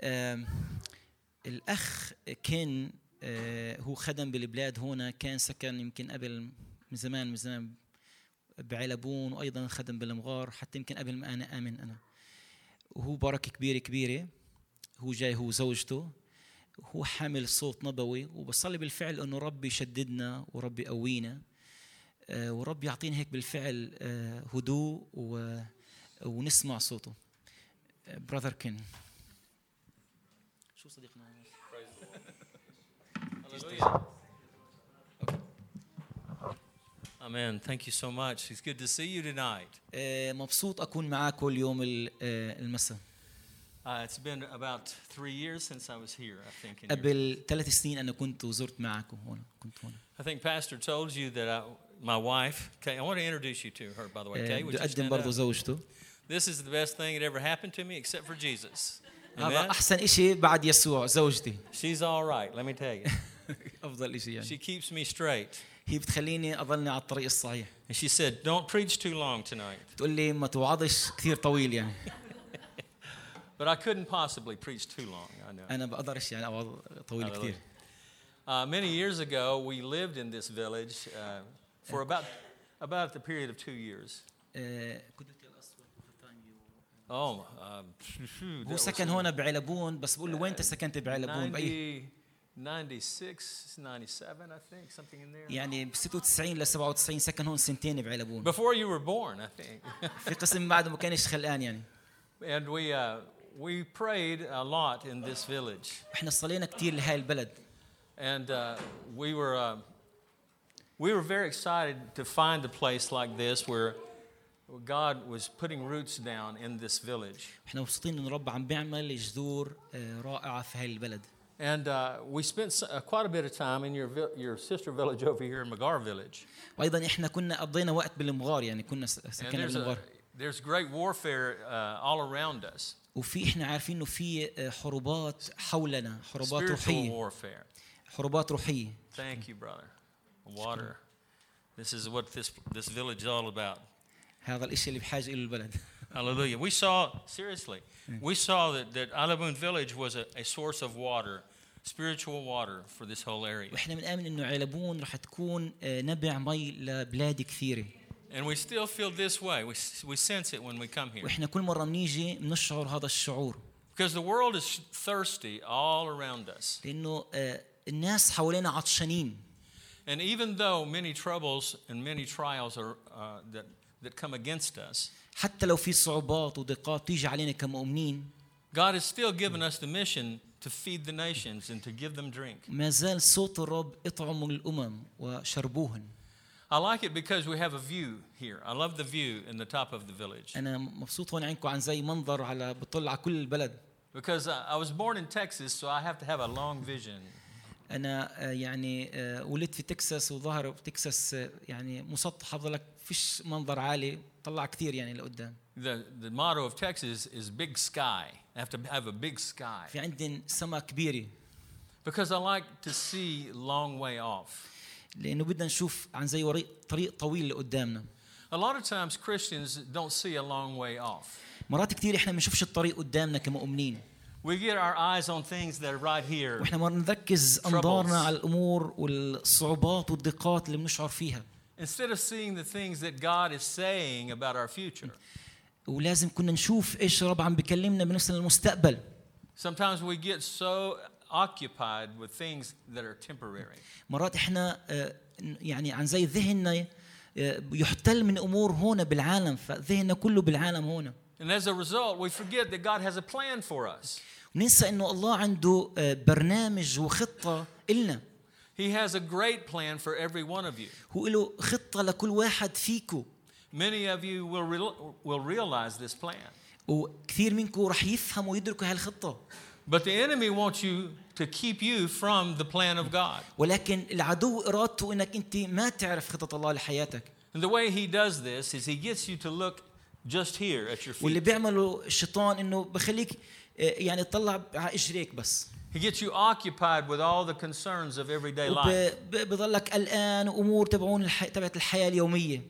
آم، الاخ كان آه، هو خدم بالبلاد هنا كان سكن يمكن قبل من زمان من زمان بعلبون وايضا خدم بالمغار حتى يمكن قبل ما انا امن انا وهو بركه كبيره كبيره هو جاي هو زوجته هو حامل صوت نبوي وبصلي بالفعل انه ربي يشددنا وربي يقوينا آه، ورب يعطينا هيك بالفعل آه، هدوء و- ونسمع صوته آه، براذر كين شو صديقنا Amen. Thank you so much. It's good to see you tonight. آه، مبسوط اكون معاكم اليوم ال- آه، المساء Uh, it's been about three years since I was here, I think. in your- قبل ثلاث سنين انا كنت وزرت معاكم هون كنت هون I think Pastor told you that I, my wife, Kay, I want to introduce you to her, by the way. آه، Kay, would بدي you اقدم stand برضه up? زوجته This is the best thing that ever happened to me, except for Jesus. هذا Amen? احسن شيء آه، بعد يسوع زوجتي She's all right, let me tell you. افضل شيء She يعني keeps me straight. هي بتخليني اضلني على الطريق الصحيح And she said, Don't preach too long tonight. بتقول لي ما توعظش كثير طويل يعني But I couldn't possibly preach too long, I know. انا بقدرش يعني اوعظ طويل Hallelujah. كثير Uh, many years ago, we lived in this village uh, for about, about the period of two years. آه، كنت بدي الأسود. Oh, um, that هو was سكن هون بعلبون بس بقول له وين انت سكنت بعلبون باي 90, 96, 97, I think, something in there. يعني ب 96 ل 97 سكن هون سنتين بعلبون Before you were born, I think. في قسم بعده ما كانش خلقان يعني and we, uh, we prayed a lot in this village. احنا صلينا كثير لهاي البلد And uh, we, were, uh, we were very excited to find a place like this where God was putting roots down in this village. احنا مبسوطين ان رب عم بيعمل جذور آه، رائعه في هاي البلد And uh, we spent s- uh, quite a bit of time in your, vil- your sister village over here in Magar Village. وايضا احنا كنا قضينا وقت بالمغار يعني كنا س- And سكننا there's, a- بالمغار there's great warfare uh, all around us, وفي احنا عارفين انه في آه، حروبات حولنا حروبات spiritual روحيه warfare. حروبات روحيه Thank you, brother. Water. This is what this, this village is all about. هذا الاشي اللي بحاجه له البلد Hallelujah. We saw, seriously, we saw that, that Alaboon Village was a, a source of water, spiritual water for this whole area. واحنا بنآمن انه علبون رح تكون آه، نبع مي لبلاد كثيره And we still feel this way. We, s- we sense it when we come here. واحنا كل مره بنيجي بنشعر هذا الشعور Because the world is thirsty all around us. لانه آه، الناس حوالينا عطشانين And even though many troubles and many trials are, uh, that, that come against us, حتى لو في صعوبات وضيقات تيجي علينا كمؤمنين God has still given us the mission to feed the nations and to give them drink. ما زال صوت الرب اطعموا الامم وشربوهن I like it because we have a view here. I love the view in the top of the village. انا مبسوط هون عندكم عن زي منظر على بطل على كل البلد Because I, I was born in Texas, so I have to have a long vision. انا آه، يعني آه، ولدت في تكساس وظهر بتكساس آه، يعني مسطح بضلك فيش منظر عالي طلع كثير يعني لقدام The, the motto of Texas is big sky. I have to have a big sky. في عندن سما كبيره Because I like to see long way off. لانه بدنا نشوف عن زي وريق- طريق طويل لقدامنا A lot of times Christians don't see a long way off. مرات كثير احنا ما بنشوفش الطريق قدامنا كمؤمنين We get our eyes on things that are right here. واحنا ما بنركز انظارنا على الامور والصعوبات والضيقات اللي بنشعر فيها Instead of seeing the things that God is saying about our future, ولازم كنا نشوف ايش الرب عم بيكلمنا بنفسنا المستقبل sometimes we get so occupied with things that are temporary. مرات احنا آه، يعني عن زي ذهننا آه، يحتل من امور هون بالعالم فذهننا كله بالعالم هون And as a result, we forget that God has a plan for us. وننسى انه الله عنده آه، برنامج وخطه إلنا He has a great plan for every one of you. هو له خطه لكل واحد فيكو Many of you will, real will realize this plan. وكثير منكم رح يفهموا ويدركوا هالخطه But the enemy wants you to keep you from the plan of God. ولكن العدو ارادته انك انت ما تعرف خطه الله لحياتك And the way he does this is he gets you to look just here at your واللي feet. بيعمله الشيطان انه بخليك آه، يعني تطلع على اجريك بس He gets you occupied with all the concerns of everyday life. وبضلك قلقان وامور تبعون الح... تبعت الحياه اليوميه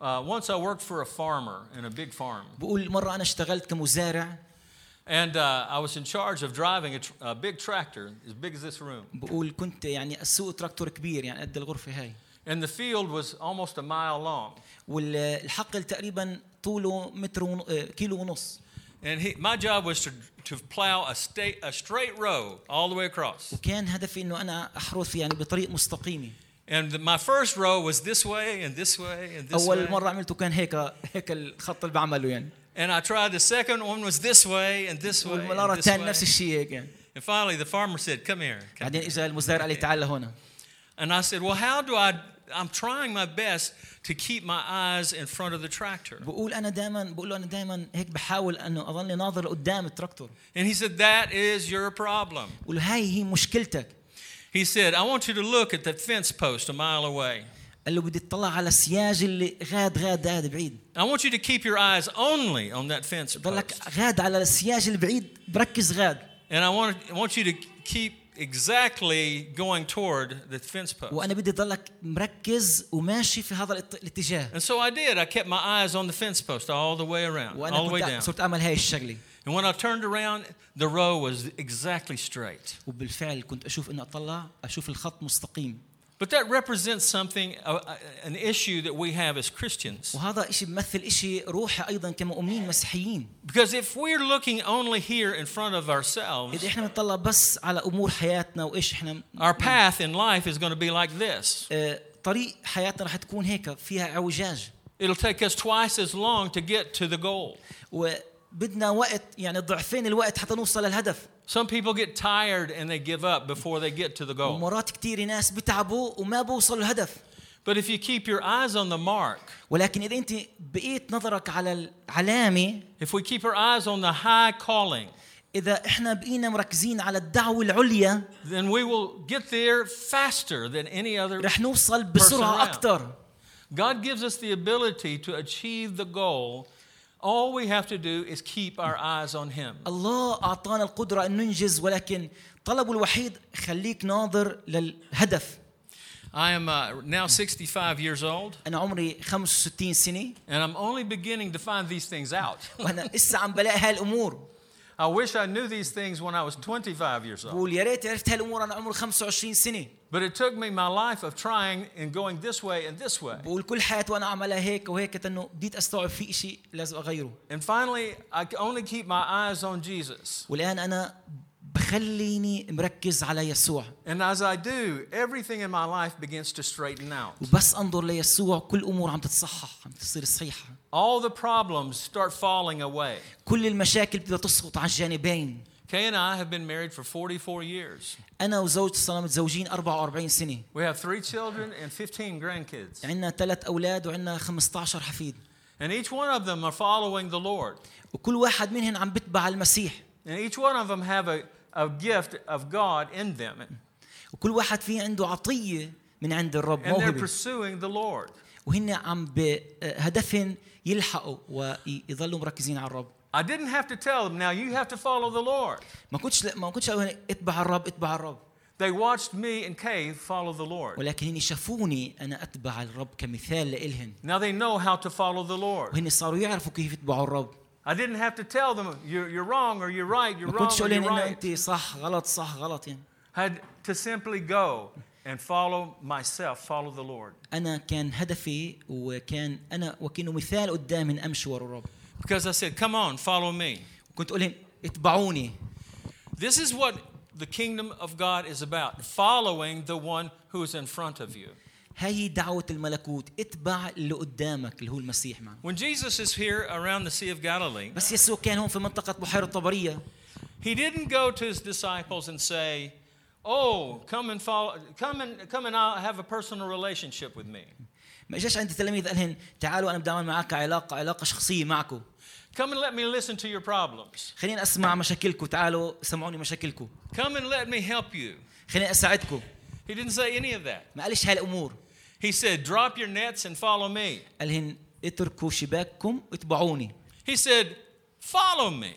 Uh, once I worked for a farmer in a big farm, بقول مره انا اشتغلت كمزارع And uh, I was in charge of driving a, tr- a big tractor as big as this room. بقول كنت يعني اسوق تراكتور كبير يعني قد الغرفه هاي And the field was almost a mile long. والحقل تقريبا طوله متر ون... آه، كيلو ونص And he, my job was to, to plow a, state, a straight row all the way across. وكان هدفي انه انا احرث يعني بطريق مستقيمه And the, my first row was this way and this way and this اول way. مره عملته كان هيك هيك الخط اللي بعمله يعني And I tried the second one was this way and this way. والمره And, الثانيه نفس this way. الشيء هيك يعني and finally, the farmer said, Come here. come بعدين here." اجى المزدهر قال لي تعال لهون And I said, Well, how do I? I'm trying my best to keep my eyes in front of the tractor. بقول انا دائما بقول له انا دائما هيك بحاول انه اضلني ناظر لقدام التراكتور And he said, That is your problem. بقول له هاي هي مشكلتك He said, I want you to look at that fence post a mile away. قال له بدي اطلع على السياج اللي غاد غاد غاد بعيد I want you to keep your eyes only on that fence post. ضلك غاد على السياج البعيد بركز غاد And I want, I want you to keep exactly going toward the fence post. وانا بدي ضلك مركز وماشي في هذا الات- الاتجاه And so I did. I kept my eyes on the fence post all the way around, all the وانا way down. كنت صرت اعمل هاي الشغله And when I turned around, the row was exactly straight. وبالفعل كنت اشوف انه اطلع اشوف الخط مستقيم But that represents something, uh, uh, an issue that we have as Christians. وهذا إشي بمثل إشي روحي ايضا كمؤمنين مسيحيين Because if we're looking only here in front of ourselves, اذا احنا بنطلع بس على امور حياتنا وايش احنا our path in life is going to be like this. آه، طريق حياتنا رح تكون هيك فيها اعوجاج It'll take us twice as long to get to the goal. وبدنا وقت يعني ضعفين الوقت حتى نوصل للهدف Some people get tired and they give up بefore they get to the goal. ومرات كثير ناس بتعبوا وما بوصلوا الهدف But if you keep your eyes on the mark, ولكن اذا انت بقيت نظرك على العلامه if we keep our eyes on the high calling, اذا احنا بقينا مركزين على الدعوه العليا then we will get there faster than any other. رح نوصل بسرعه اكثر God gives us the ability to achieve the goal. All we have to do is keep our eyes on Him. الله اعطانا القدره ان ننجز ولكن طلبه الوحيد خليك ناظر للهدف I am uh, now 65 years old, انا عمري 65 سنه and I'm only beginning to find these things out. وانا لسه عم بلاقي هالامور I wish I knew these things when I was 25 years old. بقول يا ريت عرفت هالامور انا عمري 25 سنه But it took me my life of trying and going this way and this way. بقول كل حياتي وانا عملها هيك وهيك انه بديت استوعب في شيء لازم اغيره And finally, I could only keep my eyes on Jesus. والان انا بخليني مركز على يسوع And as I do, everything in my life begins to straighten out. وبس انظر ليسوع كل امور عم تتصحح عم تصير صحيحه All the problems start falling away. كل المشاكل بدها تسقط على الجانبين Kay and I have been married for 44 years. انا وزوجتي صرنا متزوجين 44 سنه We have three children and 15 grandkids. عندنا ثلاث اولاد وعندنا 15 حفيد And each one of them are following the Lord. وكل واحد منهم عم بتبع المسيح And each one of them have a, a gift of God in them. وكل واحد فيه عنده عطيه من عند الرب And they're موهبه pursuing the Lord. وهن عم بهدفهم يلحقوا ويضلوا مركزين على الرب I didn't have to tell them, now you have to follow the Lord. ما كنتش ما كنتش اقول هن اتبع الرب اتبع الرب They watched me and Kay follow the Lord. ولكن هن شافوني انا اتبع الرب كمثال لإلهن Now they know how to follow the Lord. وهن صاروا يعرفوا كيف يتبعوا الرب I didn't have to tell them you're, you're wrong or you're right, you're ما wrong كنتش or اقول you're لهم انه right. انت صح غلط صح غلط يعني Had to simply go and follow myself, follow the Lord. انا كان هدفي وكان انا وكانوا مثال قدامي إن امشي ورا الرب Because I said, come on, follow me. وكنت اقول لهم اتبعوني This is what the kingdom of God is about following the one who is in front of you. هاي هي دعوة الملكوت اتبع اللي قدامك اللي هو المسيح معنا When Jesus is here around the Sea of Galilee, بس يسوع كان هون في منطقة بحيرة طبرية he didn't go to his disciples and say, Oh, come and follow, come and come and I'll have a personal relationship with me. ما اجاش عند التلاميذ قال لهم تعالوا انا بدي اعمل معاك علاقة علاقة شخصية معكم Come and let me listen to your problems. خليني اسمع مشاكلكم تعالوا سمعوني مشاكلكم Come and let me help you. خليني اساعدكم He didn't say any of that. ما قالش هالامور He said, Drop your nets and follow me. قال لهم اتركوا شباككم اتبعوني He said, Follow me.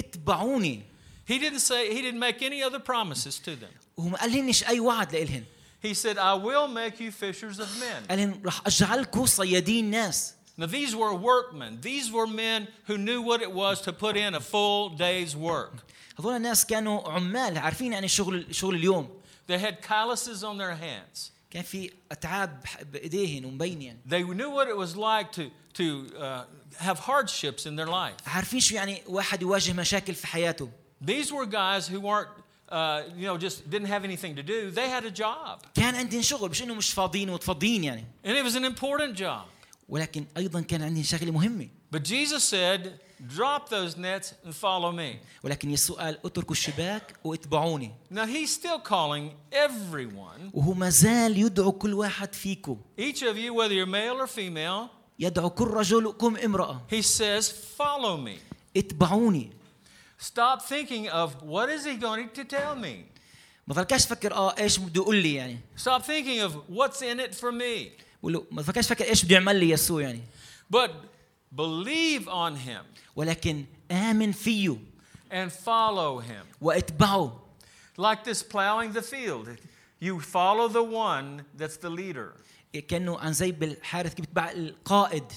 اتبعوني He didn't say, He didn't make any other promises to them. وما قال لهمش اي وعد لإلهن He said, I will make you fishers of men. قال لهم رح اجعلكم صيادين ناس Now, these were workmen. These were men who knew what it was to put in a full day's work. هذول الناس كانوا عمال عارفين يعني شغل شغل اليوم They had calluses on their hands. كان في اتعاب بايديهن ومبينين They knew what it was like to, to uh, have hardships in their life. عارفين شو يعني واحد يواجه مشاكل في حياته These were guys who weren't, uh, you know, just didn't have anything to do. They had a job, كان عندهن شغل مش انه مش فاضيين وتفضيين يعني and it was an important job. ولكن ايضا كان عندهن شغله مهمه But Jesus said, Drop those nets and follow me. ولكن يسوع قال اتركوا الشباك واتبعوني Now, he's still calling everyone, وهو ما زال يدعو كل واحد فيكم each of you, whether you're male or female, يدعو كل رجل وكم امرأة he says, Follow me. اتبعوني Stop thinking of what is he going to tell me? ما تفكرش تفكر اه ايش بده يقول لي يعني Stop thinking of what's in it for me. بقول له ما تفكرش تفكر ايش بده يعمل لي يسوع يعني But believe on him ولكن آمن فيه and follow him. واتبعه Like this plowing the field, you follow the one that's the leader. كأنه عن زي بالحارث كيف بتبع القائد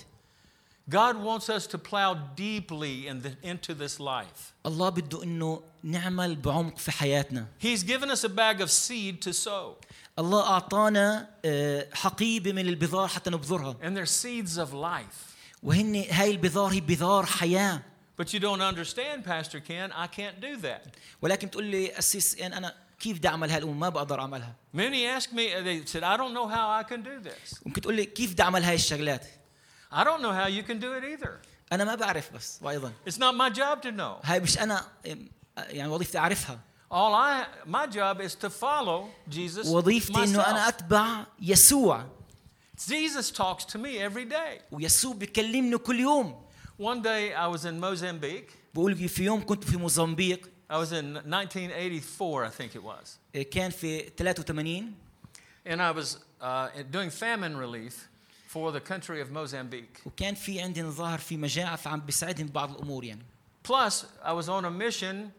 God wants us to plow deeply in the, into this life. الله بده انه نعمل بعمق في حياتنا He's given us a bag of seed to sow, الله اعطانا آه، حقيبه من البذار حتى نبذرها and they're seeds of life. وهن هاي البذار هي بذار حياه But you don't understand, Pastor Ken, I can't do that. ولكن بتقول لي قسيس يعني انا كيف بدي اعمل هالامور ما بقدر اعملها Many asked me, they said, I don't know how I can do this. ممكن تقول لي كيف بدي اعمل هاي الشغلات I don't know how you can do it either. انا ما بعرف بس وايضا It's not my job to know. هاي مش انا آم، يعني وظيفتي اعرفها All I, my job is to follow Jesus. وظيفتي انه انا myself. اتبع يسوع Jesus talks to me every day. ويسوع بيكلمني كل يوم One day I was in Mozambique. بقول لي في يوم كنت في موزمبيق I was in 1984, I think it was. آه، كان في 83 And I was uh, doing famine relief for the country of Mozambique. وكان في عندي ظاهر في مجاعه فعم بيساعدهم ببعض الامور يعني Plus, I was on a mission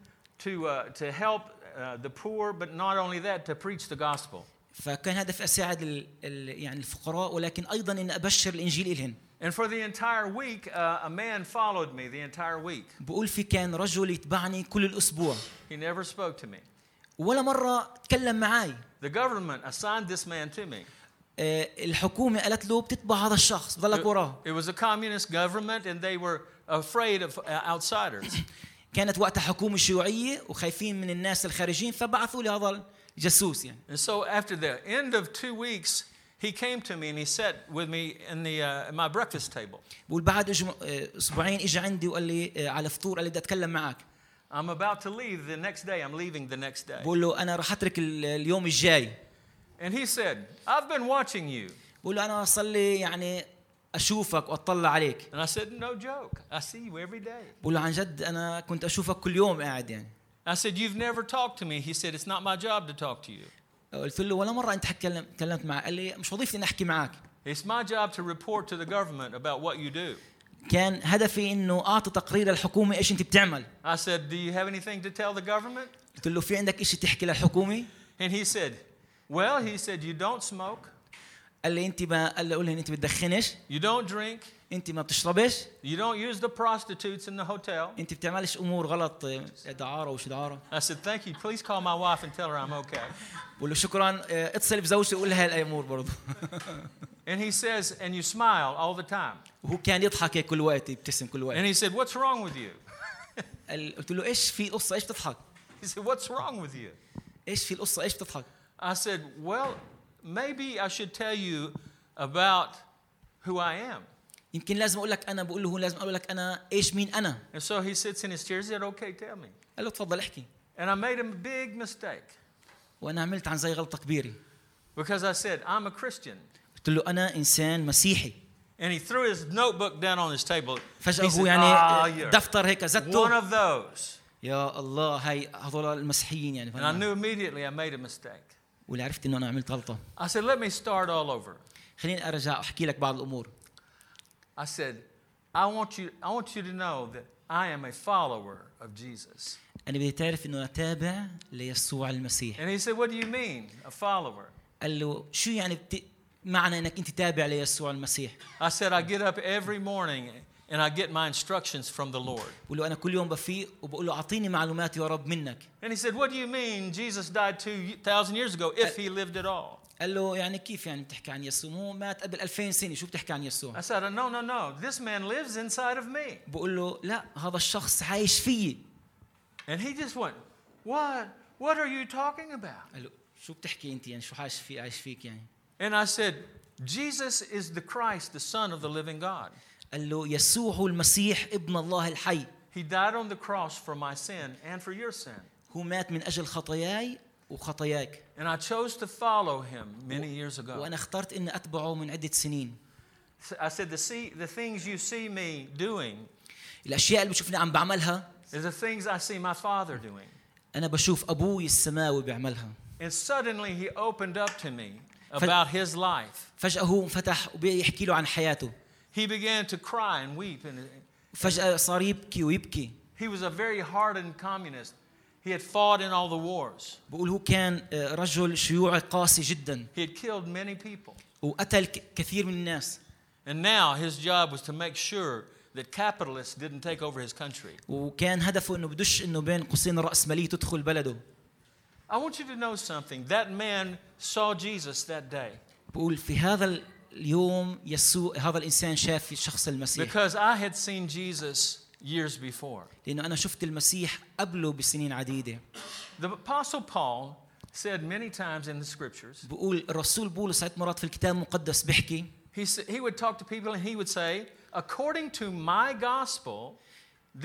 to, uh, to help uh, the poor, but not only that, to preach the gospel. فكان هدف اساعد ال ال يعني الفقراء ولكن ايضا ان ابشر الانجيل الهن And for the entire week, uh, a man followed me the entire week. بقول في كان رجل يتبعني كل الاسبوع He never spoke to me. ولا مره تكلم معي The government assigned this man to me. آه، الحكومه قالت له بتتبع هذا الشخص أه. بضلك وراه It was a communist government, and they were afraid of uh, outsiders. كانت وقتها حكومه شيوعيه وخايفين من الناس الخارجين فبعثوا لي هذا الجاسوس يعني and so, after the end of two weeks, he came to me and he sat with me in the uh, at my breakfast table. بقول بعد أجم- آه، اسبوعين اجى عندي وقال لي آه، على فطور قال لي بدي اتكلم معك I'm about to leave the next day. I'm leaving the next day. بقول له انا راح اترك ال- اليوم الجاي And he said, "I've been watching you." بقول له انا صار لي يعني اشوفك واطلع عليك And I said, "No joke. I see you every day." بقول له عن جد انا كنت اشوفك كل يوم قاعد يعني I said, "You've never talked to me." He said, "It's not my job to talk to you. قلت له ولا مره انت حكلم تكلمت معي قال لي مش وظيفتي اني احكي معك It's my job to report to the government about what you do." كان هدفي انه اعطي تقرير للحكومه ايش انت بتعمل I said, "Do you have anything to tell the government?" قلت له في عندك شيء تحكي للحكومه And he said, Well, he said, you don't smoke, قال لي انت ما قال لي قول لهم انت بتدخنش you don't drink, انت ما بتشربش you don't use the prostitutes in the hotel. انت بتعملش امور غلط آه، دعاره وش دعاره I said, Thank you. Please call my wife and tell her I'm okay. بقول له شكرا آه، اتصل بزوجتي وقول لها هالامور برضه And he says, And you smile all the time. وهو كان يضحك هيك كل وقت يبتسم كل وقت And he said, What's wrong with you? قال- قلت له ايش في قصه ايش بتضحك He said, What's wrong with you? ايش في القصه ايش بتضحك I said, Well, maybe I should tell you about who I am. يمكن لازم اقول لك انا بقول له هو لازم اقول لك انا ايش مين انا And so he sits in his chair. He said, Okay, tell me. قال له تفضل احكي And I made a big mistake وانا عملت عن زي غلطه كبيره because I said, I'm a Christian. قلت له انا انسان مسيحي And he threw his notebook down on his table. فجاه He هو said, يعني "Ah, آه، you're دفتر هيك one زته of those. يا الله هاي هذول المسيحيين يعني And I فأنا- knew immediately I made a mistake. واللي عرفت انه انا عملت غلطه I said, let me start all over. خليني ارجع احكي لك بعض الامور I said, I want you, I want you to know that I am a follower of Jesus. انا بدي تعرف انه انا تابع ليسوع المسيح And he said, What do you mean, a follower? قال له شو يعني بت... معنى انك انت تابع ليسوع المسيح I said, I get up every morning and I get my instructions from the Lord. بقول له انا كل يوم بفيق وبقول له اعطيني معلومات يا رب منك And he said, What do you mean Jesus died 2,000 years ago if he lived at all? قال له يعني كيف يعني بتحكي عن يسوع هو مات قبل 2000 سنه شو بتحكي عن يسوع I said, No, no, no. This man lives inside of me. بقول له لا هذا الشخص عايش فيي And he just went, What? What are you talking about? قال له شو بتحكي انت يعني شو عايش في عايش فيك يعني And I said, Jesus is the Christ, the Son of the living God. قال له يسوع هو المسيح ابن الله الحي He died on the cross for my sin and for your sin. هو مات من اجل خطاياي وخطاياك And I chose to follow him many years ago. وانا اخترت اني اتبعه من عده سنين I said, The, see, the things you see me doing الاشياء اللي بشوفني عم بعملها is the things I see my Father doing. انا بشوف ابوي السماوي بيعملها And suddenly he opened up to me about his life. فجاه هو انفتح وبيحكي له عن حياته He began to cry and weep. And فجاه صار يبكي ويبكي he was a very hardened communist. He had fought in all the wars, بقول هو كان آه، رجل شيوعي قاسي جدا he had killed many people. وقتل ك- كثير من الناس And now his job was to make sure that capitalists didn't take over his country. وكان هدفه انه بدش انه بين قوسين الرأسمالية تدخل بلده I want you to know something. That man saw Jesus that day بقول في هذا ال- اليوم يسوع هذا الانسان شاف شخص المسيح because I had seen Jesus years before. لانه انا شفت المسيح قبله بسنين عديده The Apostle Paul said many times in the scriptures, بقول الرسول بولس عدة مرات في الكتاب المقدس بيحكي He, s- he would talk to people and he would say, according to my gospel,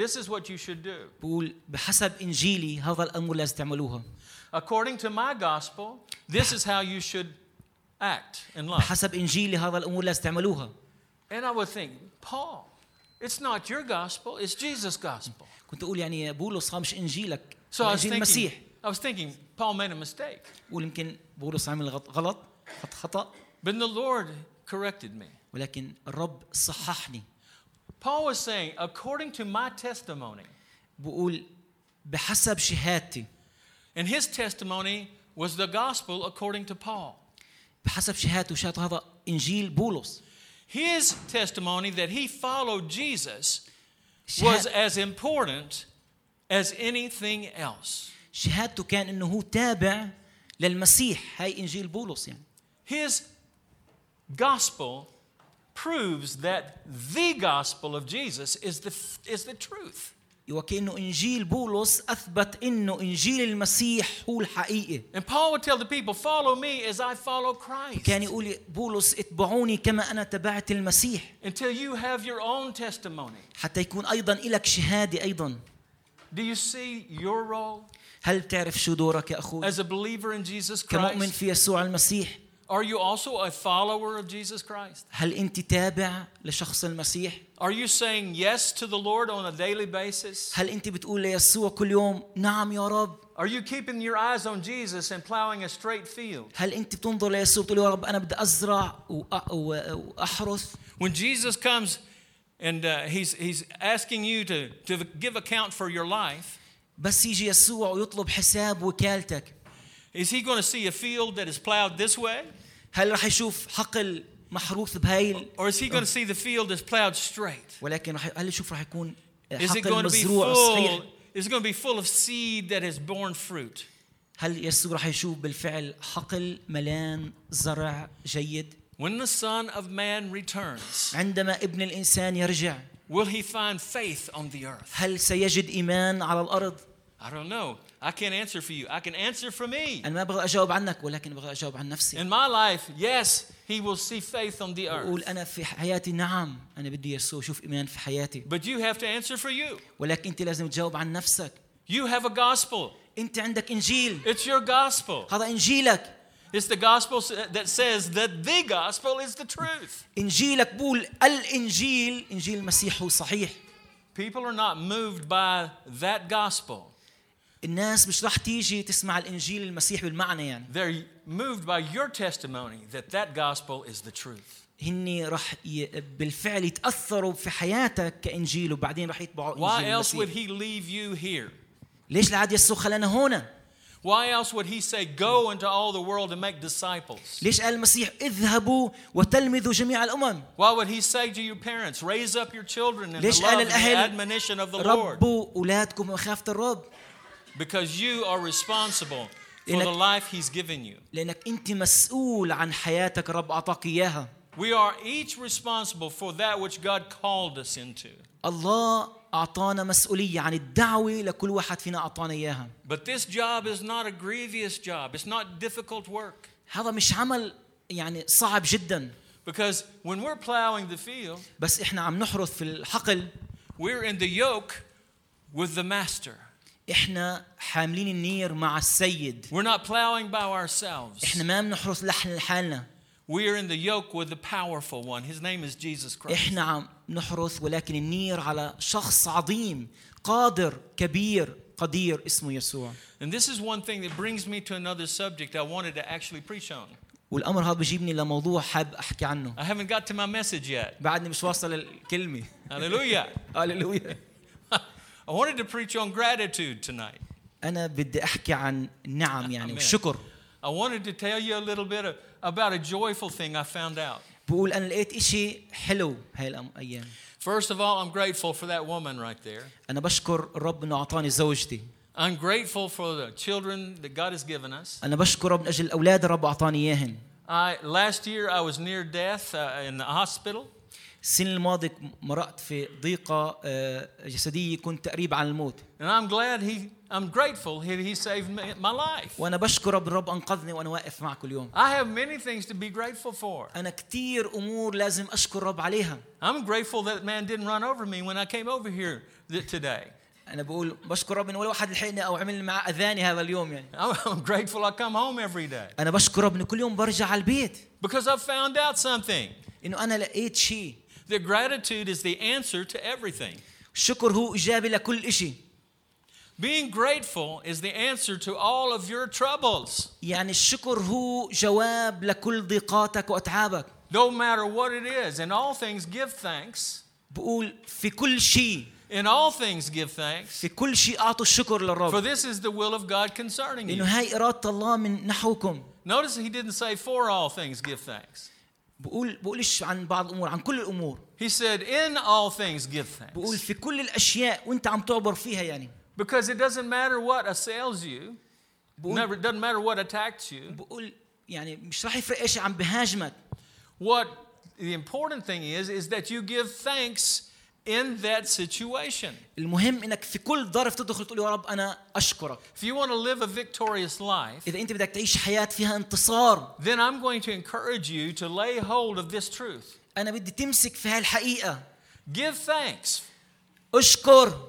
this is what you should do. بقول بحسب انجيلي هذا الامر لازم تعملوها According to my gospel, this is how you should act in life. بحسب انجيلي هذا الامور لازم تعملوها And I would think, Paul, it's not your gospel, it's Jesus' gospel. كنت اقول يعني يا بولس هذا مش انجيلك So I هذا was انجيل thinking, المسيح I was thinking Paul made a mistake. بقول يمكن بولس عمل غط- غلط خط- خطا But the Lord corrected me. ولكن الرب صححني Paul was saying, according to my testimony, بقول بحسب شهادتي and his testimony was the gospel according to Paul. بحسب شهادته وشهادته هذا انجيل بولس His testimony that he followed Jesus was شهاد- as important as anything else. شهادته كان انه هو تابع للمسيح هاي انجيل بولس يعني His gospel proves that the gospel of Jesus is the, is the truth. وكانه انجيل بولس اثبت انه انجيل المسيح هو الحقيقه And Paul would tell the people, Follow me as I follow Christ. كان يقول بولس اتبعوني كما انا تبعت المسيح Until you have your own testimony. حتى يكون ايضا لك شهاده ايضا Do you see your role هل بتعرف شو دورك يا اخوي as a believer in Jesus كمؤمن Christ? في يسوع المسيح Are you also a follower of Jesus Christ? هل انت تابع لشخص المسيح Are you saying yes to the Lord on a daily basis? هل انت بتقول ليسوع كل يوم نعم يا رب Are you keeping your eyes on Jesus and plowing a straight field? هل انت بتنظر ليسوع بتقول يا رب انا بدي ازرع وأ- و- واحرث When Jesus comes and uh, he's, he's asking you to, to give account for your life, بس يجي يسوع ويطلب حساب وكالتك is he going to see a field that is plowed this way? هل راح يشوف حقل محروث بهاي ال- Or is he going to see the field that's plowed straight? ولكن راح هل يشوف راح يكون Is it حقل going to be مزروع full? صحيح Is it going to be full of seed that has borne fruit? هل يسوع راح يشوف بالفعل حقل ملان زرع جيد When the Son of Man returns, عندما ابن الانسان يرجع will he find faith on the earth? هل سيجد ايمان على الارض I don't know. I can't answer for you. I can answer for me. انا ما بغى اجاوب عنك ولكن بغى اجاوب عن نفسي In my life, yes, he will see faith on the بقول earth. انا في حياتي نعم انا بدي يسوع شوف ايمان في حياتي But you have to answer for you. ولكن انت لازم تجاوب عن نفسك You have a gospel. انت عندك انجيل It's your gospel. هذا انجيلك It's the gospel s- that says that the gospel is the truth. انجيلك بقول الانجيل انجيل المسيح هو صحيح People are not moved by that gospel. الناس مش راح تيجي تسمع الانجيل المسيح بالمعنى يعني They're moved by your testimony that that gospel is the truth. هن راح ي... بالفعل يتاثروا في حياتك كانجيل وبعدين راح يتبعوا Why انجيل else would المسيح he leave you here? ليش العاد يسوع خلانا هون Why else would he say, Go into all the world and make disciples? ليش قال المسيح اذهبوا وتلمذوا جميع الأمم Why would he say to your parents, Raise up your children in the ليش love قال and the الأهل admonition of the Lord? ربوا أولادكم وخافة الرب Because you are responsible for إنك- the life he's given you. لأنك أنت مسؤول عن حياتك الرب أعطاك إياها We are each responsible for that which God called us into. الله أعطانا مسؤولية عن الدعوة لكل واحد فينا أعطانا إياها But this job is not a grievous job, it's not difficult work. هذا مش عمل يعني صعب جدا Because when we're plowing the field, بس إحنا عم نحرث في الحقل we're in the yoke with the master. إحنا حاملين النير مع السيد We're not plowing by ourselves. إحنا ما بنحرث لحن لحالنا We are in the yoke with the powerful one. His name is Jesus Christ. إحنا عم نحرث ولكن النير على شخص عظيم قادر كبير قدير اسمه يسوع And this is one thing that brings me to another subject I wanted to actually preach on. والأمر هذا بيجيبني لموضوع حاب أحكي عنه I haven't got to my message yet. بعدني مش واصل الكلمة Hallelujah. هللويا I wanted to preach on gratitude tonight. أنا بدي أحكي عن نعم يعني آمين. والشكر I wanted to tell you a little bit of, about a joyful thing I found out. بقول أنا لقيت إشي حلو هاي الأيام First of all, I'm grateful for that woman right there. أنا بشكر الرب إنه أعطاني زوجتي I'm grateful for the children that God has given us. أنا بشكر رب من أجل الأولاد الرب أعطاني إياهن I, last year, I was near death uh, in the hospital. السنة الماضية مرقت في ضيقة آه، جسدية كنت قريب عن الموت And I'm glad he, I'm grateful he, he saved me, my life. وأنا بشكر رب الرب أنقذني وأنا واقف معكم اليوم I have many things to be grateful for. أنا كتير أمور لازم أشكر رب عليها I'm grateful that man didn't run over me when I came over here th- today. أنا بقول بشكر رب إن ولا واحد لحقني أو عمل مع أذاني هذا اليوم يعني I'm, I'm grateful I come home every day أنا بشكر رب إن كل يوم برجع على البيت because I found out something إنه أنا لقيت شيء that gratitude is the answer to everything. الشكر هو إجابة لكل إشي Being grateful is the answer to all of your troubles, يعني الشكر هو جواب لكل ضيقاتك وأتعابك no matter what it is. In all things, give thanks. بقول في كل شيء In all things, give thanks. في كل شيء أعطوا الشكر For للرب this is the will of God concerning لأنه you. هاي إرادة الله من نحوكم Notice he didn't say, for all things, give thanks. بقول بقولش عن بعض الأمور عن كل الأمور He said, in all things, give بقول thanks. في كل الأشياء وأنت عم تعبر فيها يعني Because it doesn't matter what assails you, بقول never, it doesn't matter what attacks you. بقول يعني مش راح يفرق إشي عم بهاجمك What the important thing is, is that you give thanks in that situation. المهم إنك في كل ظرف تدخل تقول يا رب أنا أشكرك If you want to live a victorious life, إذا أنت بدك تعيش حياة فيها انتصار then I'm going to encourage you to lay hold of this truth. أنا بدي تمسك في هالحقيقة Give thanks. أشكر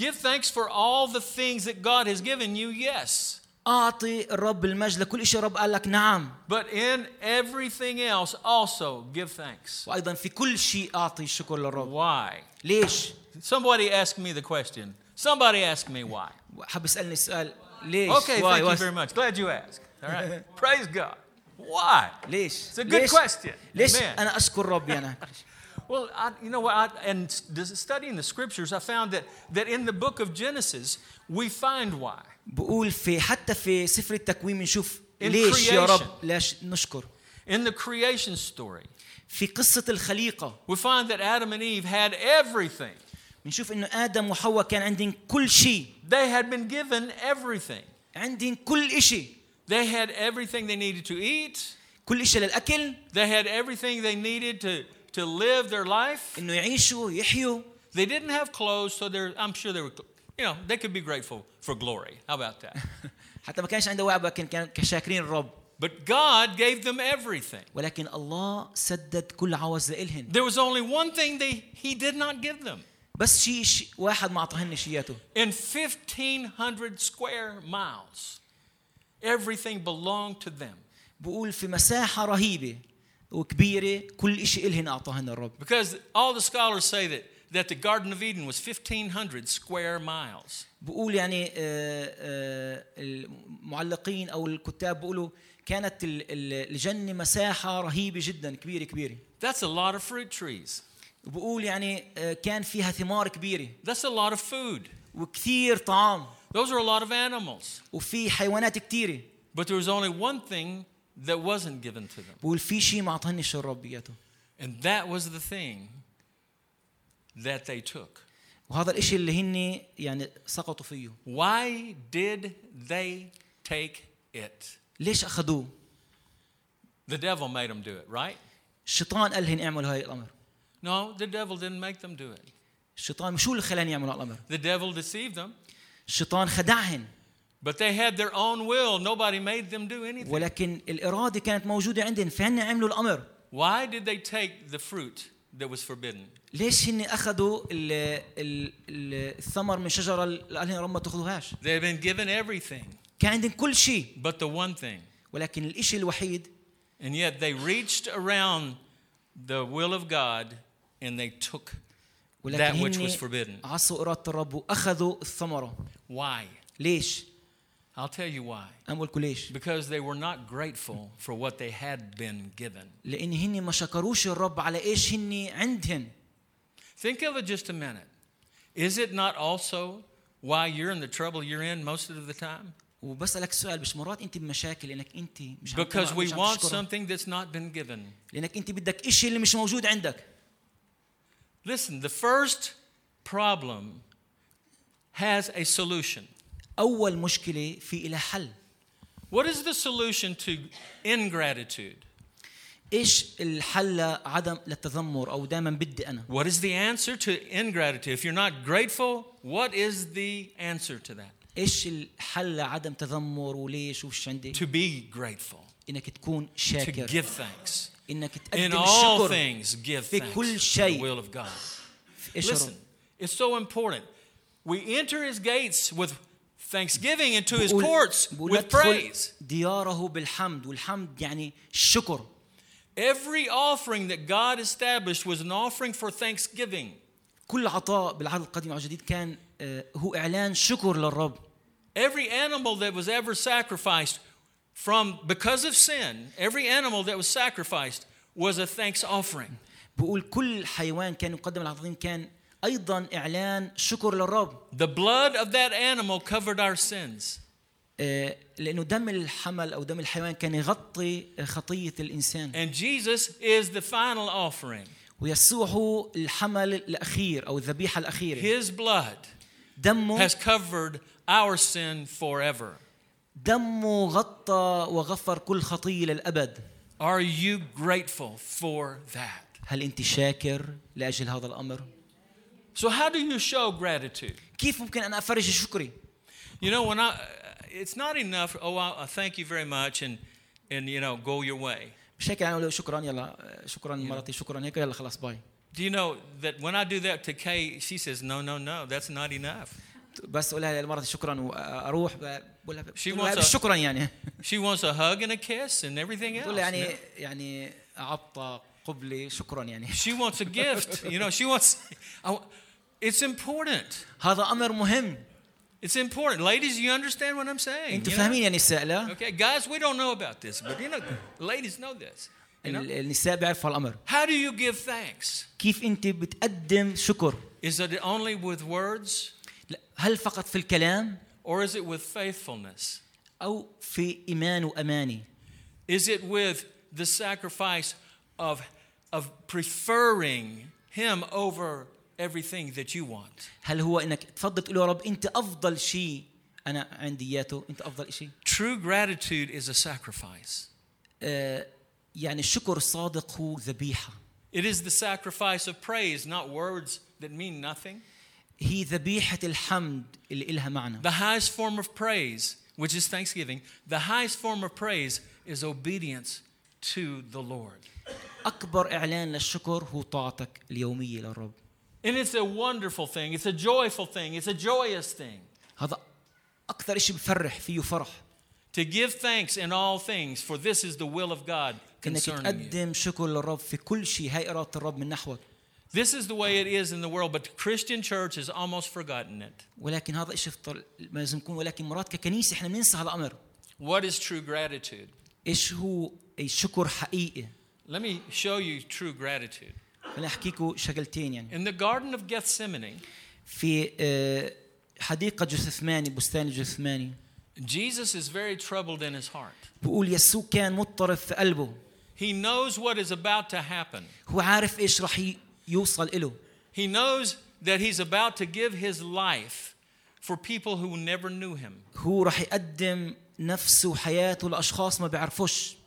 Give thanks for all the things that God has given you, yes. أعطي الرب المجد لكل شيء الرب قال لك نعم But in everything else, also give thanks. وأيضا في كل شيء أعطي الشكر للرب Why? ليش؟ Somebody asked me the question. Somebody asked me why. حب يسألني السؤال ليش؟ Why? Okay, thank you Why? very much. Glad you asked. All right. Praise God. Why? ليش؟ It's a good ليش؟ question. ليش Amen. أنا أشكر يعني؟ ربي أنا؟ Well, I, you know what? I, and s- dis- studying the scriptures, I found that, that in the book of Genesis, we find why. بقول في حتى في سفر التكوين بنشوف In ليش يا creation. رب ليش نشكر In the creation story, في قصة الخليقة we find that Adam and Eve had everything. بنشوف إنه آدم وحواء كان عندهم كل شيء They had been given everything. عندهم كل إشي They had everything they needed to eat. كل إشي للأكل They had everything they needed to, to live their life. إنه يعيشوا يحيوا They didn't have clothes, so they're, I'm sure they were, you know, they could be grateful for glory. How about that? حتى ما كانش عنده وعي لكن كان شاكرين الرب but God gave them everything. ولكن الله سدد كل عوز لإلهن There was only one thing they, He did not give them. بس شيء شيء واحد ما أعطاهن شياته In 1,500 square miles, everything belonged to them. بقول في مساحة رهيبة وكبيرة كل شيء إلهن أعطاهن الرب Because all the scholars say that, that the Garden of Eden was 1,500 square miles. بقول يعني آه، آه، المعلقين أو الكتاب بيقولوا كانت ال- ال- الجنة مساحة رهيبة جدا كبيرة كبيرة That's a lot of fruit trees. وبقول يعني آه، كان فيها ثمار كبيرة That's a lot of food. وكثير طعام Those are a lot of animals. وفي حيوانات كثيره But there was only one thing that wasn't given to them. بقول في شيء ما اعطانيش الرب اياه And that was the thing that they took. وهذا الاشي اللي هن يعني سقطوا فيه Why did they take it? ليش اخذوه The devil made them do it, right? الشيطان قال لهم اعملوا هاي الامر No, the devil didn't make them do it. الشيطان شو اللي خلاني يعملوا هاي الامر The devil deceived them, الشيطان خدعهم but they had their own will. Nobody made them do anything. ولكن الاراده كانت موجوده عندهم فهن عملوا الامر Why did they take the fruit that was forbidden? ليش هن اخذوا ال ال ال- الثمر من شجره اللي قال لهم رب ما تاخذوهاش They had been given everything كان عندهم كل شيء but the one thing. ولكن الاشي الوحيد And yet they reached around the will of God and they took ولكن That which هن was forbidden. عصوا اراده الرب واخذوا الثمره why? ليش؟ I'll tell you why. أنا بقول لكم ليش؟ Because they were not grateful for what they had been given. لان هن ما شكروش الرب على ايش هن عندهن Think of it just a minute. Is it not also why you're in the trouble you're in most of the time? وبسالك سؤال مش مرات انت بمشاكل انك انت مش عم Because تمع- we مش عم want تشكره. something that's not been given. لانك انت بدك إشي اللي مش موجود عندك Listen, the first problem has a solution. اول مشكله في إلها حل What is the solution to ingratitude? ايش الحل لعدم للتذمر او دائما بدي انا What is the answer to ingratitude? If you're not grateful, what is the answer to that? ايش الحل لعدم تذمر وليش وش عندي To be grateful, انك تكون to شاكر give thanks. انك In تقدم all الشكر things, give في thanks كل to the شيء. will of God. إيش Listen, الرب؟ it's so important. We enter his gates with thanksgiving and to his بقول- courts بقول with ندخل praise. دياره بالحمد والحمد يعني الشكر Every offering that God established was an offering for thanksgiving. كل عطاء بالعهد القديم والجديد كان آه، هو اعلان شكر للرب Every animal that was ever sacrificed from because of sin, every animal that was sacrificed was a thanks offering. بقول كل حيوان كان يقدم العهد القديم كان ايضا اعلان شكر للرب The blood of that animal covered our sins. آه، لانه دم الحمل او دم الحيوان كان يغطي آه، خطيه الانسان And Jesus is the final offering. ويسوع هو الحمل الاخير او الذبيحه الاخيره His blood دمه has covered our sin forever. دمه غطى وغفر كل خطيه للابد Are you grateful for that? هل انت شاكر لاجل هذا الامر So how do you show gratitude? كيف ممكن انا افرج شكري You know, when I it's not enough, oh I, I thank you very much and and you know, go your way. مش هيك يعني أقول له شكرا يلا آه، شكرا مرتي شكرا هيك يلا خلاص باي Do you know that when I do that to Kay, she says, No, no, no, that's not enough. بس اقول لها لمرتي شكرا واروح ب- بقول لها She بقول لها wants a- بس شكرا يعني She wants a hug and a kiss and everything بقول else. لها يعني يعني عطى قبلي شكرا يعني She wants a gift. You know, she wants. I wa- It's important. هذا امر مهم It's important. Ladies, you understand what I'm saying. انتم you know? فاهمين يا نساء لا Okay, guys, we don't know about this, but you know, ladies know this. You know? ال- النساء بيعرفوا هالامر How do you give thanks? كيف انت بتقدم شكر Is it only with words لا، هل فقط في الكلام or is it with faithfulness? او في ايمان وامانه Is it with the sacrifice of, of preferring Him over everything that you want? هل هو انك تفضل تقول له يا رب انت افضل شيء انا عندي اياته انت افضل شيء True gratitude is a sacrifice, آه، يعني الشكر الصادق هو ذبيحه it is the sacrifice of praise, not words that mean nothing. هي ذبيحه الحمد اللي إلها معنى The highest form of praise, which is thanksgiving, the highest form of praise is obedience to the Lord. اكبر اعلان للشكر هو طاعتك اليوميه للرب And it's a wonderful thing, it's a joyful thing, it's a joyous thing هذا اكثر شيء بفرح فيه فرح to give thanks in all things, for this is the will of God انك concerning you. تقدم شكر للرب في كل شيء هاي اراده الرب من نحوك This is the way it is in the world, but the Christian church has almost forgotten it. ولكن هذا شيء لازم يكون ولكن مرات ككنيسه احنا بننسى هالامر What is true gratitude? ايش هو الشكر حقيقي Let me show you true gratitude. خليني احكيكم شغلتين يعني In the Garden of Gethsemane, في آه، حديقة جثثماني بستان جثثماني Jesus is very troubled in his heart. بقول يسوع كان مضطرب في قلبه He knows what is about to happen. هو عارف ايش رح ي- يوصل له He knows that he's about to give his life for people who never knew him. هو رح يقدم نفسه وحياته لاشخاص ما بيعرفوش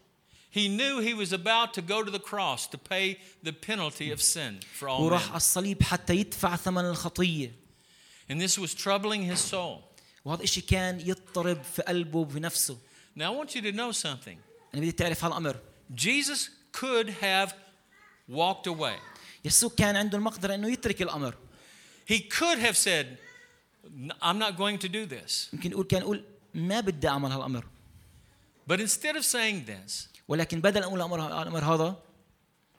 He knew he was about to go to the cross to pay the penalty of sin for all وراح على men. الصليب حتى يدفع ثمن الخطيه And this was troubling his soul. وهذا الشيء كان يضطرب في قلبه وفي نفسه Now I want you to know something. انا بدي تعرف هالامر Jesus could have walked away. يسوع كان عنده المقدره انه يترك الامر He could have said, "N- I'm not going to do this. يمكن يقول كان يقول ما بدي اعمل هالامر But instead of saying this, ولكن بدل أن اقول الامر الامر هذا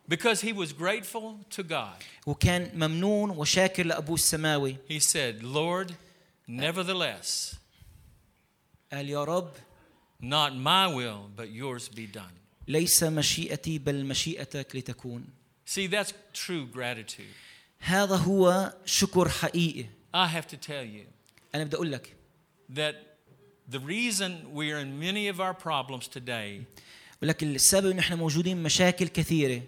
because he was grateful to God, وكان ممنون وشاكر لابوه السماوي he said, Lord, nevertheless, قال يا رب not my will, but yours be done. ليس مشيئتي بل مشيئتك لتكون See, that's true gratitude. هذا هو شكر حقيقي I have to tell you انا بدي اقول لك that the reason we are in many of our problems today, بقول لك السبب انه احنا موجودين مشاكل كثيره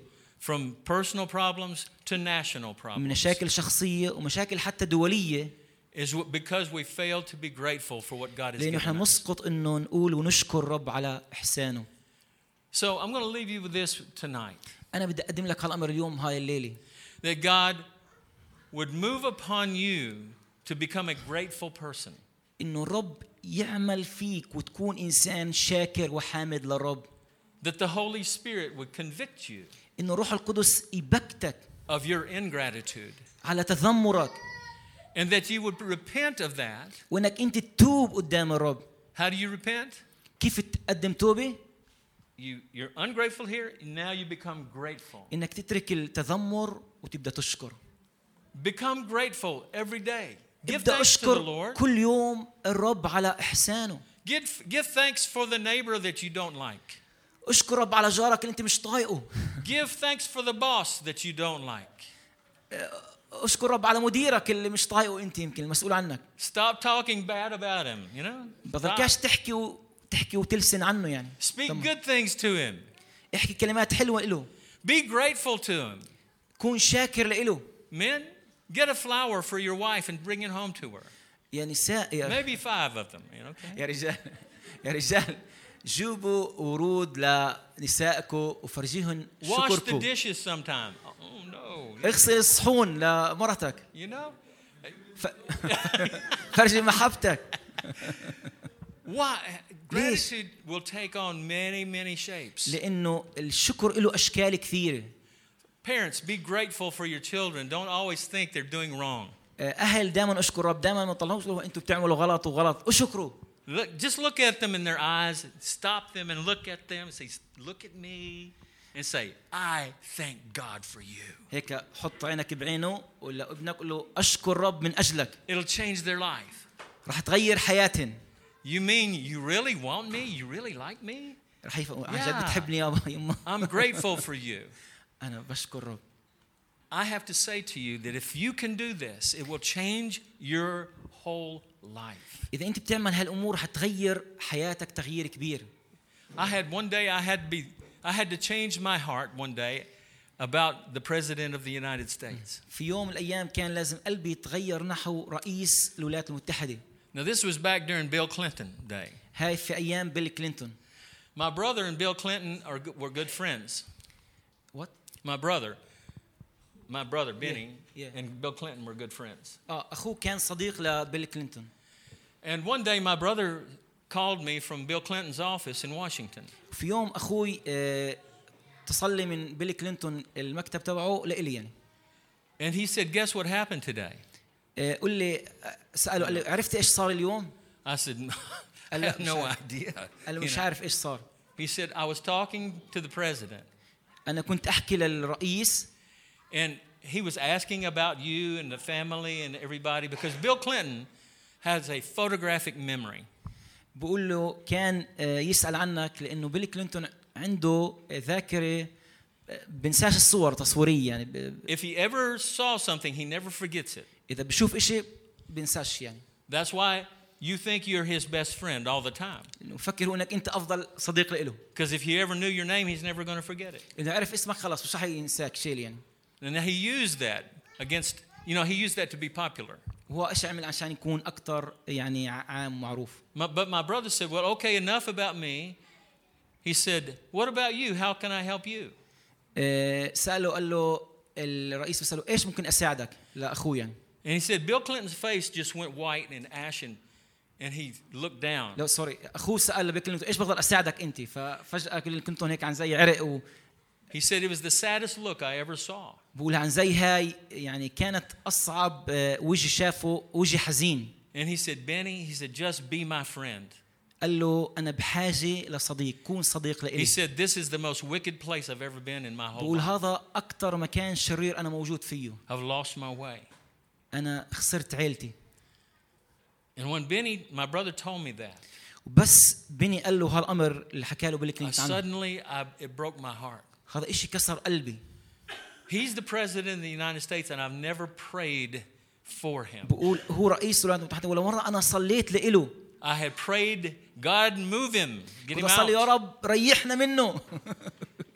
from personal problems to national من problems, مشاكل شخصيه ومشاكل حتى دوليه is w- because we fail to be grateful for what God has لانه احنا given us. بنسقط انه نقول ونشكر رب على احسانه So I'm going to leave you with this tonight انا بدي اقدم لك هالامر اليوم هاي الليله that God would move upon you to become a grateful person. انه الرب يعمل فيك وتكون انسان شاكر وحامد للرب That the Holy Spirit would convict you انه الروح القدس يبكتك of your ingratitude على تذمرك and that you would repent of that. وانك انت تتوب قدام الرب How do you repent? كيف تقدم توبه You, you're ungrateful here, and now you become grateful. انك تترك التذمر وتبدا تشكر Become grateful every day. Give ابدا thanks to the اشكر Lord. كل يوم الرب على احسانه Give, give thanks for the neighbor that you don't like. اشكر رب على جارك اللي انت مش طايقه Give thanks for the boss that you don't like. اشكر رب على مديرك اللي مش طايقه انت يمكن المسؤول عنك Stop talking bad about him, you know? بضلكاش Stop. تحكي وتحكي وتلسن عنه يعني Ah. Speak طب- good things to him. احكي كلمات حلوه له Be grateful to him. كون شاكر له Men, get a flower for your wife and bring it home to her. يا نساء يا, Maybe five of them, you know? okay? يا رجال يا رجال جيبوا ورود لنسائكم وفرجيهن Wash the شكركم dishes sometime. Oh, no. اغسل الصحون لمرتك You know? ف... فرجي محبتك Why? Gratitude will take on many, many shapes. لانه الشكر له اشكال كثيره Parents, be grateful for your children. Don't always think they're doing wrong. اهل دائما اشكر رب دائما ما تطلعوش له انتم بتعملوا غلط وغلط اشكروا Look, just look at them in their eyes, stop them and look at them and say, Look at me, and say, I thank God for you. هيك حط عينك بعينه ولا ابنك قول له اشكر رب من اجلك It'll change their life. رح تغير حياتهم You mean you really want me? You really like me? رح يفهم عن Yeah. جد بتحبني يابا يما I'm grateful for you. انا بشكر رب I have to say to you that if you can do this, it will change your whole life. اذا انت بتعمل هالامور حتغير حياتك تغيير كبير I had one day I had to be I had to change my heart one day about the president of the United States. في يوم من الايام كان لازم قلبي يتغير نحو رئيس الولايات المتحده Now this was back during Bill Clinton day. هاي في ايام بيل كلينتون My brother and Bill Clinton are good- were good friends. وات My brother, my brother Benny, Yeah, yeah. and Bill Clinton were good friends. اه اخوه كان صديق لبيل كلينتون And one day, my brother called me from Bill Clinton's office in Washington. في يوم اخوي آه، اتصل لي من بيل كلينتون المكتب تبعه لإلي يعني And he said, Guess what happened today? آه، قل لي آه، ساله قال لي عرفت ايش صار اليوم؟ I said, "No, I Hello, have no sorry. idea. قال You له مش know. عارف ايش صار He said, I was talking to the president, انا كنت احكي للرئيس and he was asking about you and the family and everybody because Bill Clinton has a photographic memory. بقول له كان آه، يسال عنك لانه بيل كلينتون عنده آه، ذاكره آه، بنساش الصور تصويريه يعني ب- If he ever saw something, he never forgets it. اذا بشوف إشي بنساش يعني That's why you think you're his best friend all the time. انه فكر انك انت افضل صديق له Because if he ever knew your name, he's never going to forget it. اذا عرف اسمك خلاص مش حينساك شيل يعني And he used that against, you know, he used that to be popular. هو ايش عمل عشان يكون اكثر يعني ع- عام معروف My, but my brother said, Well, okay, enough about me. He said, What about you? How can I help you? آه، ساله قال له الرئيس بساله ايش ممكن اساعدك لاخويا And he said, Bill Clinton's face just went white and ashen, and he looked down. لو سوري اخوه سال بكلمته ايش بقدر اساعدك انت ففجاه كل كنتهم هيك عن زي عرق He said, It was the saddest look I ever saw. وبقول عن زي هاي يعني كانت اصعب آه، وجه شافه وجه حزين And he said, Benny, he said, Just be my friend. قال له انا بحاجه لصديق كون صديق He لإلي said, "Oh, This is the most wicked place I've ever been in my whole بقول life. هذا اكثر مكان شرير انا موجود فيه I've lost my way. انا خسرت عيلتي And when Benny, my brother, told me that, بس بني قال له هالامر اللي حكى له I بالكلينيك عنه suddenly I, it broke my heart. هذا إشي كسر قلبي He's the president of the United States, and I've never prayed for him. بقول هو رئيس الولايات المتحده ولا مره انا صليت لإله I had prayed, God, move him, get كنت him اصلي يا out. رب ريحنا منه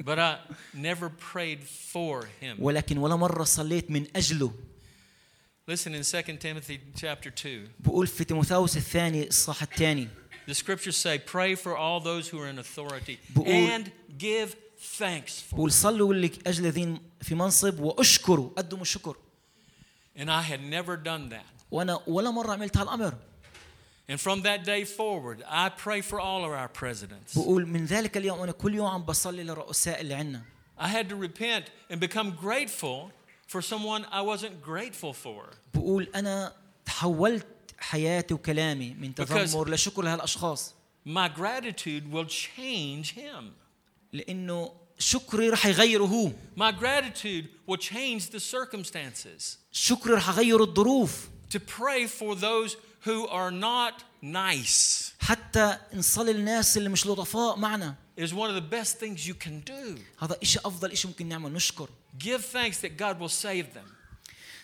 But I never prayed for him. ولكن ولا مره صليت من اجله Listen in 2 Timothy chapter 2. بقول في تيموثاوس الثاني الصح الثاني The scriptures say, Pray for all those who are in authority بقول- and give thanks for بقول صلوا لاجل الذين في منصب واشكروا قدموا الشكر And I had never done that. وانا ولا مره عملت هالامر And from that day forward, I pray for all of our presidents. بقول من ذلك اليوم انا كل يوم عم بصلي للرؤساء اللي عندنا I had to repent and become grateful for someone I wasn't grateful for. بقول انا تحولت حياتي وكلامي من تذمر لشكر لهالاشخاص My gratitude will change him. لانه شكري رح يغيره هو My gratitude will change the circumstances. شكري رح اغير الظروف To pray for those who are not nice حتى نصلي للناس اللي مش لطفاء معنا is one of the best things you can do. هذا إشي افضل إشي ممكن نعمل نشكر Give thanks that God will save them.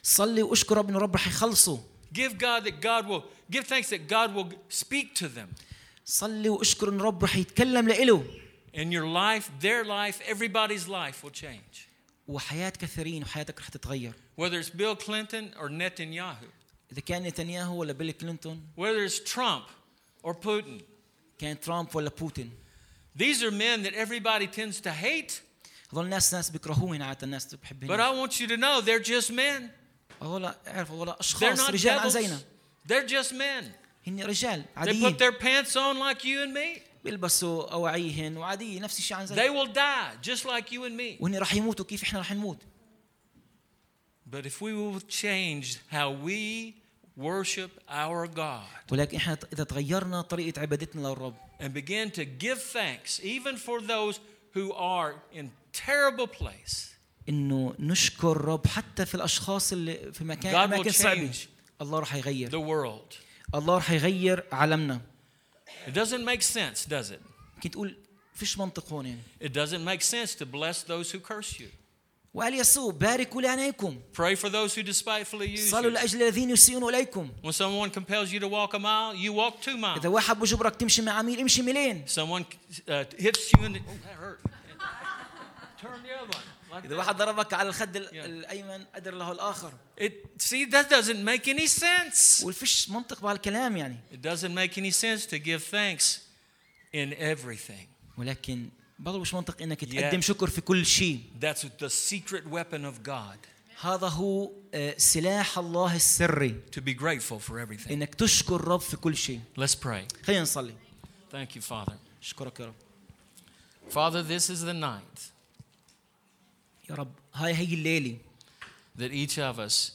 صلي واشكر رب انه رب رح يخلصه Give God that God will give thanks that God will speak to them. صلي واشكر ان رب رح يتكلم لإله And your life, their life, everybody's life will change. وحياة كثيرين وحياتك رح تتغير Whether it's Bill Clinton or Netanyahu, اذا كان نتنياهو ولا بيل كلينتون whether it's Trump or Putin. كان ترامب ولا بوتين These are men that everybody tends to hate, هذول الناس ناس بيكرهوهن عادة الناس but بحبهن I want you to know they're just men. هذول اعرف هذول They're اشخاص not رجال عن devils. زينا They're just men. هن رجال They put عاديين their pants on like you and me. بيلبسوا اواعيهن وعادية نفس الشيء عن زينا They will die just like you and me. وهن رح يموتوا كيف احنا رح نموت But if we will change how we worship our God ولكن احنا اذا تغيرنا طريقه عبادتنا للرب and begin to give thanks even for those who are in terrible place, انه نشكر الرب حتى في الاشخاص اللي في مكان God will اماكن صعبه change. الله رح يغير the world. الله رح يغير عالمنا It doesn't make sense, does it? كنت تقول فيش منطق هون يعني It doesn't make sense to bless those who curse you. وقال يسوع باركوا لعينيكم Pray for those who despitefully use صلوا you. لاجل الذين يسيئون اليكم When someone compels you to walk a mile, you walk two miles. اذا واحد بجبرك تمشي مع ميل امشي ميلين Someone uh, hits you in the. Oh, that hurt. Turn the other one. Like اذا that. واحد ضربك على الخد ال- الايمن قدر له الاخر It, see, that doesn't make any sense. والفيش منطق بهالكلام يعني It doesn't make any sense to give thanks in everything. ولكن برضه مش منطق انك Yeah. تقدم شكر في كل شيء That's the secret weapon of God هذا هو آه، سلاح الله السري to be grateful for everything. انك تشكر الرب في كل شيء Let's pray. خلينا نصلي Thank you, Father. اشكرك يا رب Father, this is the night يا رب هاي هي الليله that each of us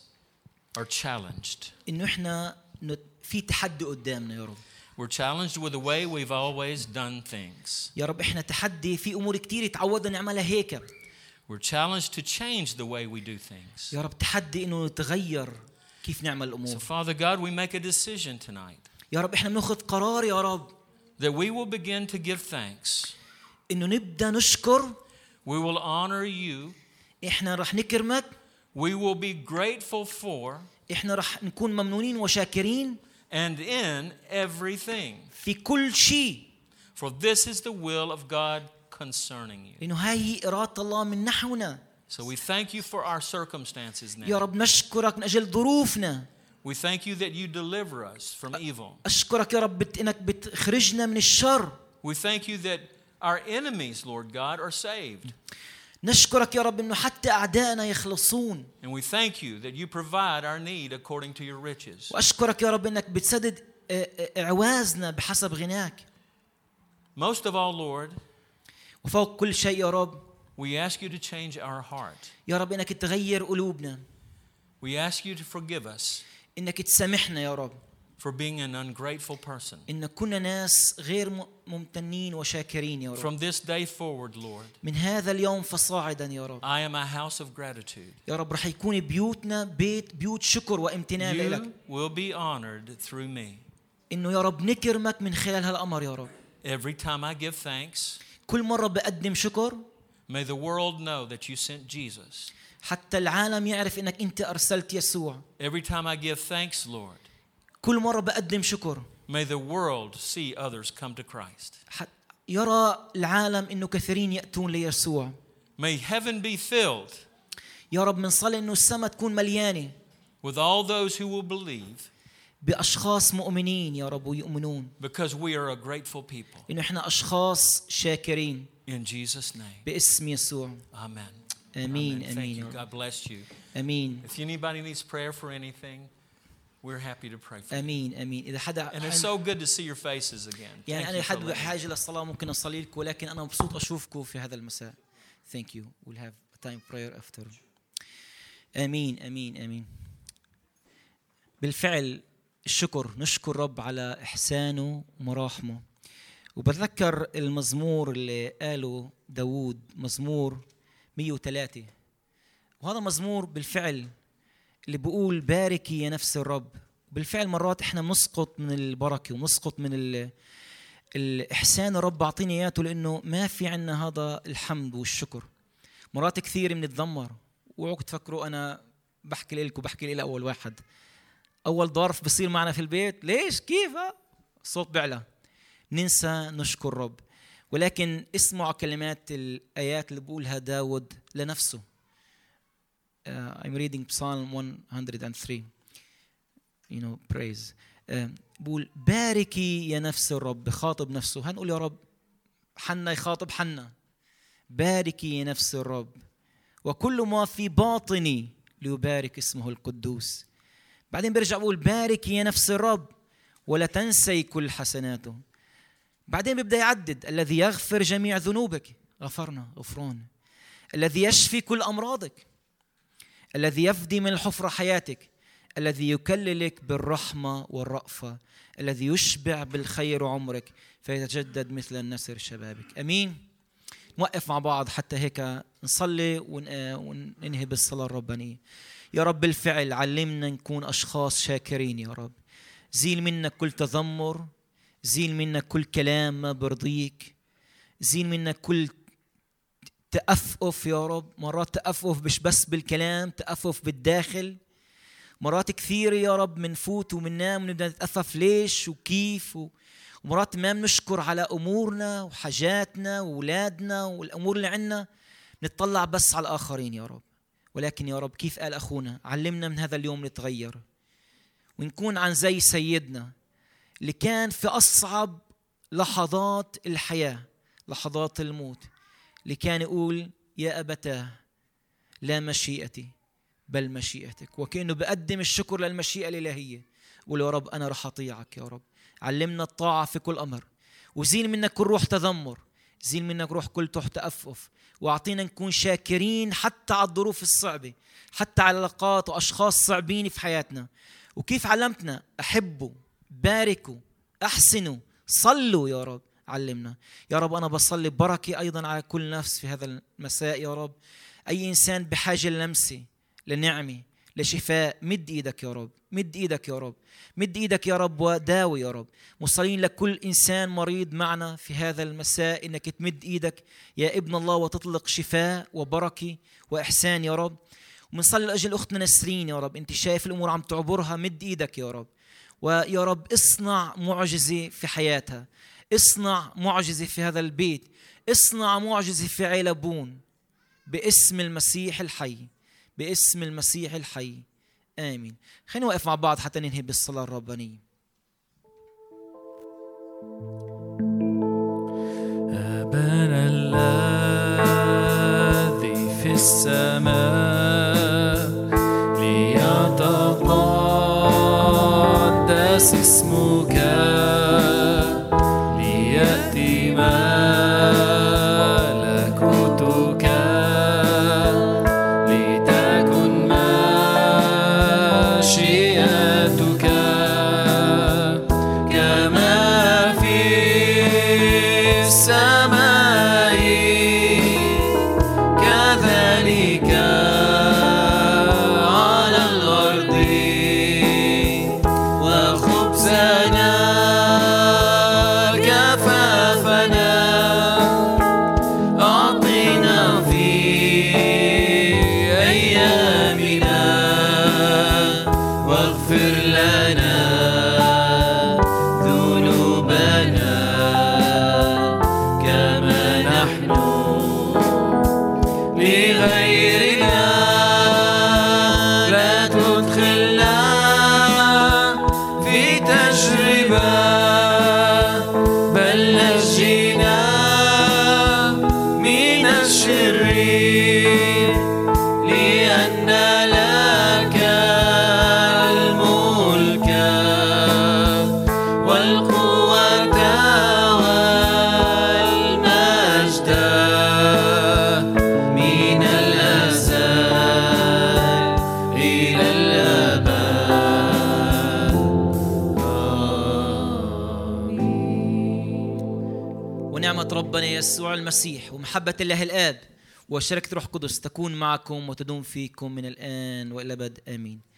are challenged. انه احنا نت- في تحدي قدامنا يا رب We're challenged with the way we've always done things. يا رب احنا تحدي في امور كثير تعودنا نعملها هيك We're challenged to change the way we do things. يا رب تحدي انه نتغير كيف نعمل So, الامور Father God, we make a decision tonight يا رب احنا بناخذ قرار يا رب that we will begin to give thanks. انه نبدا نشكر We will honor you. احنا رح نكرمك We will be grateful for احنا رح نكون ممنونين وشاكرين and in everything. في كل شيء For this is the will of God concerning you. لأنه هاي هي إرادة الله من نحونا So we thank you for our circumstances يا now. رب نشكرك من أجل ظروفنا We thank you that you deliver us from evil. أشكرك يا رب بت- إنك بتخرجنا من الشر We thank you that our enemies, Lord God, are saved. نشكرك يا رب إنه حتى أعدائنا يخلصون And we thank you that you provide our need according to your riches. وأشكرك يا رب إنك بتسدد آه، آه، عوازنا بحسب غناك Most of all, Lord, وفوق كل شيء يا رب we ask you to change our heart. يا رب إنك تغير قلوبنا We ask you to forgive us إنك تسامحنا يا رب for being an ungrateful person. إن كنا ناس غير م- ممتنين وشاكرين يا رب From this day forward, Lord, من هذا اليوم فصاعدا يا رب I am a house of gratitude. يا رب رح يكون بيوتنا بيت بيوت شكر وامتنان لك You will be honored through me. انه يا رب نكرمك من خلال هالامر يا رب Every time I give thanks, كل مره بقدم شكر may the world know that you sent Jesus. حتى العالم يعرف انك انت ارسلت يسوع Every time I give thanks, Lord, كل مره بقدم شكر may the world see others come to Christ. حت يرى العالم انه كثيرين ياتون ليسوع May heaven be filled يا رب بنصلي انه السماء تكون مليانه with all those who will believe باشخاص مؤمنين يا رب ويؤمنون because we are a grateful people. انه احنا اشخاص شاكرين In Jesus' name, باسم يسوع amen. امين Thank امين you. يا رب God bless you. امين If anybody needs prayer for anything, we're happy to pray for you. امين امين اذا حدا And it's عنده- so good to see your faces again. Thank يعني انا you for لحد letting me. بحاجه للصلاه ممكن اصلي لكم ولكن انا مبسوط اشوفكم في هذا المساء ثانك يو ويل هاف تايم براير افتر امين امين امين بالفعل الشكر نشكر رب على احسانه ومراحمه وبتذكر المزمور اللي قاله داوود مزمور 103 وهذا مزمور بالفعل اللي بقول باركي يا نفس الرب بالفعل مرات احنا بنسقط من البركه وبنسقط من ال... الاحسان الرب اعطيني اياته لانه ما في عندنا هذا الحمد والشكر مرات كثير بنتذمر وعوك تفكروا انا بحكي لكم بحكي لي اول واحد اول ظرف بصير معنا في البيت ليش كيف ها؟ الصوت بيعلى ننسى نشكر رب ولكن اسمعوا كلمات الايات اللي بقولها داود لنفسه uh, I'm reading Psalm 103 you know praise آه، بقول باركي يا نفس الرب بخاطب نفسه هنقول يا رب حنا يخاطب حنا باركي يا نفس الرب وكل ما في باطني ليبارك اسمه القدوس بعدين برجع بقول باركي يا نفس الرب ولا تنسي كل حسناته بعدين بيبدا يعدد الذي يغفر جميع ذنوبك غفرنا غفران الذي يشفي كل امراضك الذي يفدي من الحفرة حياتك الذي يكللك بالرحمة والرأفة الذي يشبع بالخير عمرك فيتجدد مثل النسر شبابك أمين نوقف مع بعض حتى هيك نصلي ون- آه، وننهي بالصلاة الربانية يا رب بالفعل علمنا نكون أشخاص شاكرين يا رب زيل منا كل تذمر زيل منا كل كلام ما برضيك زيل منا كل تأفف يا رب مرات تأفف مش بس بالكلام تأفف بالداخل مرات كثير يا رب منفوت ومننام ونبدأ نتأفف ليش وكيف و... ومرات ما بنشكر على أمورنا وحاجاتنا وولادنا والأمور اللي عنا نتطلع بس على الآخرين يا رب ولكن يا رب كيف قال أخونا علمنا من هذا اليوم نتغير ونكون عن زي سيدنا اللي كان في أصعب لحظات الحياة لحظات الموت اللي كان يقول يا أبتاه لا مشيئتي بل مشيئتك وكأنه بقدم الشكر للمشيئة الإلهية قول يا رب أنا رح أطيعك يا رب علمنا الطاعة في كل أمر وزيل منك كل روح تذمر زيل منك روح كل تحت تأفف وأعطينا نكون شاكرين حتى على الظروف الصعبة حتى على علاقات وأشخاص صعبين في حياتنا وكيف علمتنا أحبوا باركوا أحسنوا صلوا يا رب علمنا يا رب أنا بصلي بركة أيضا على كل نفس في هذا المساء يا رب أي إنسان بحاجة للمسة لنعمة لشفاء مد ايدك يا رب مد ايدك يا رب مد ايدك يا رب وداوي يا رب مصلين لكل انسان مريض معنا في هذا المساء انك تمد ايدك يا ابن الله وتطلق شفاء وبركه واحسان يا رب ومنصلي لاجل اختنا نسرين يا رب انت شايف الامور عم تعبرها مد ايدك يا رب ويا رب اصنع معجزة في حياتها اصنع معجزة في هذا البيت اصنع معجزة في عيلبون باسم المسيح الحي باسم المسيح الحي آمين خلينا نوقف مع بعض حتى ننهي بالصلاة الربانية أبانا الذي في السماء ليتقدس اسمك ليأتي ملكوتك لتكن مشيئتك كما في السماء كذلك على الأرض وخبزنا كفافنا أعطنا في أيامنا واغفر لنا ذنوبنا كما نحن لغيرنا لا تدخلنا في تجربة بل نجينا من الشر لأن لك الملك والقوة والمجد من الأزل إلى الأبد ونعمة ربنا يسوع المسيح ومحبة الله الآب وشركة روح قدس تكون معكم وتدوم فيكم من الآن وإلى أبد آمين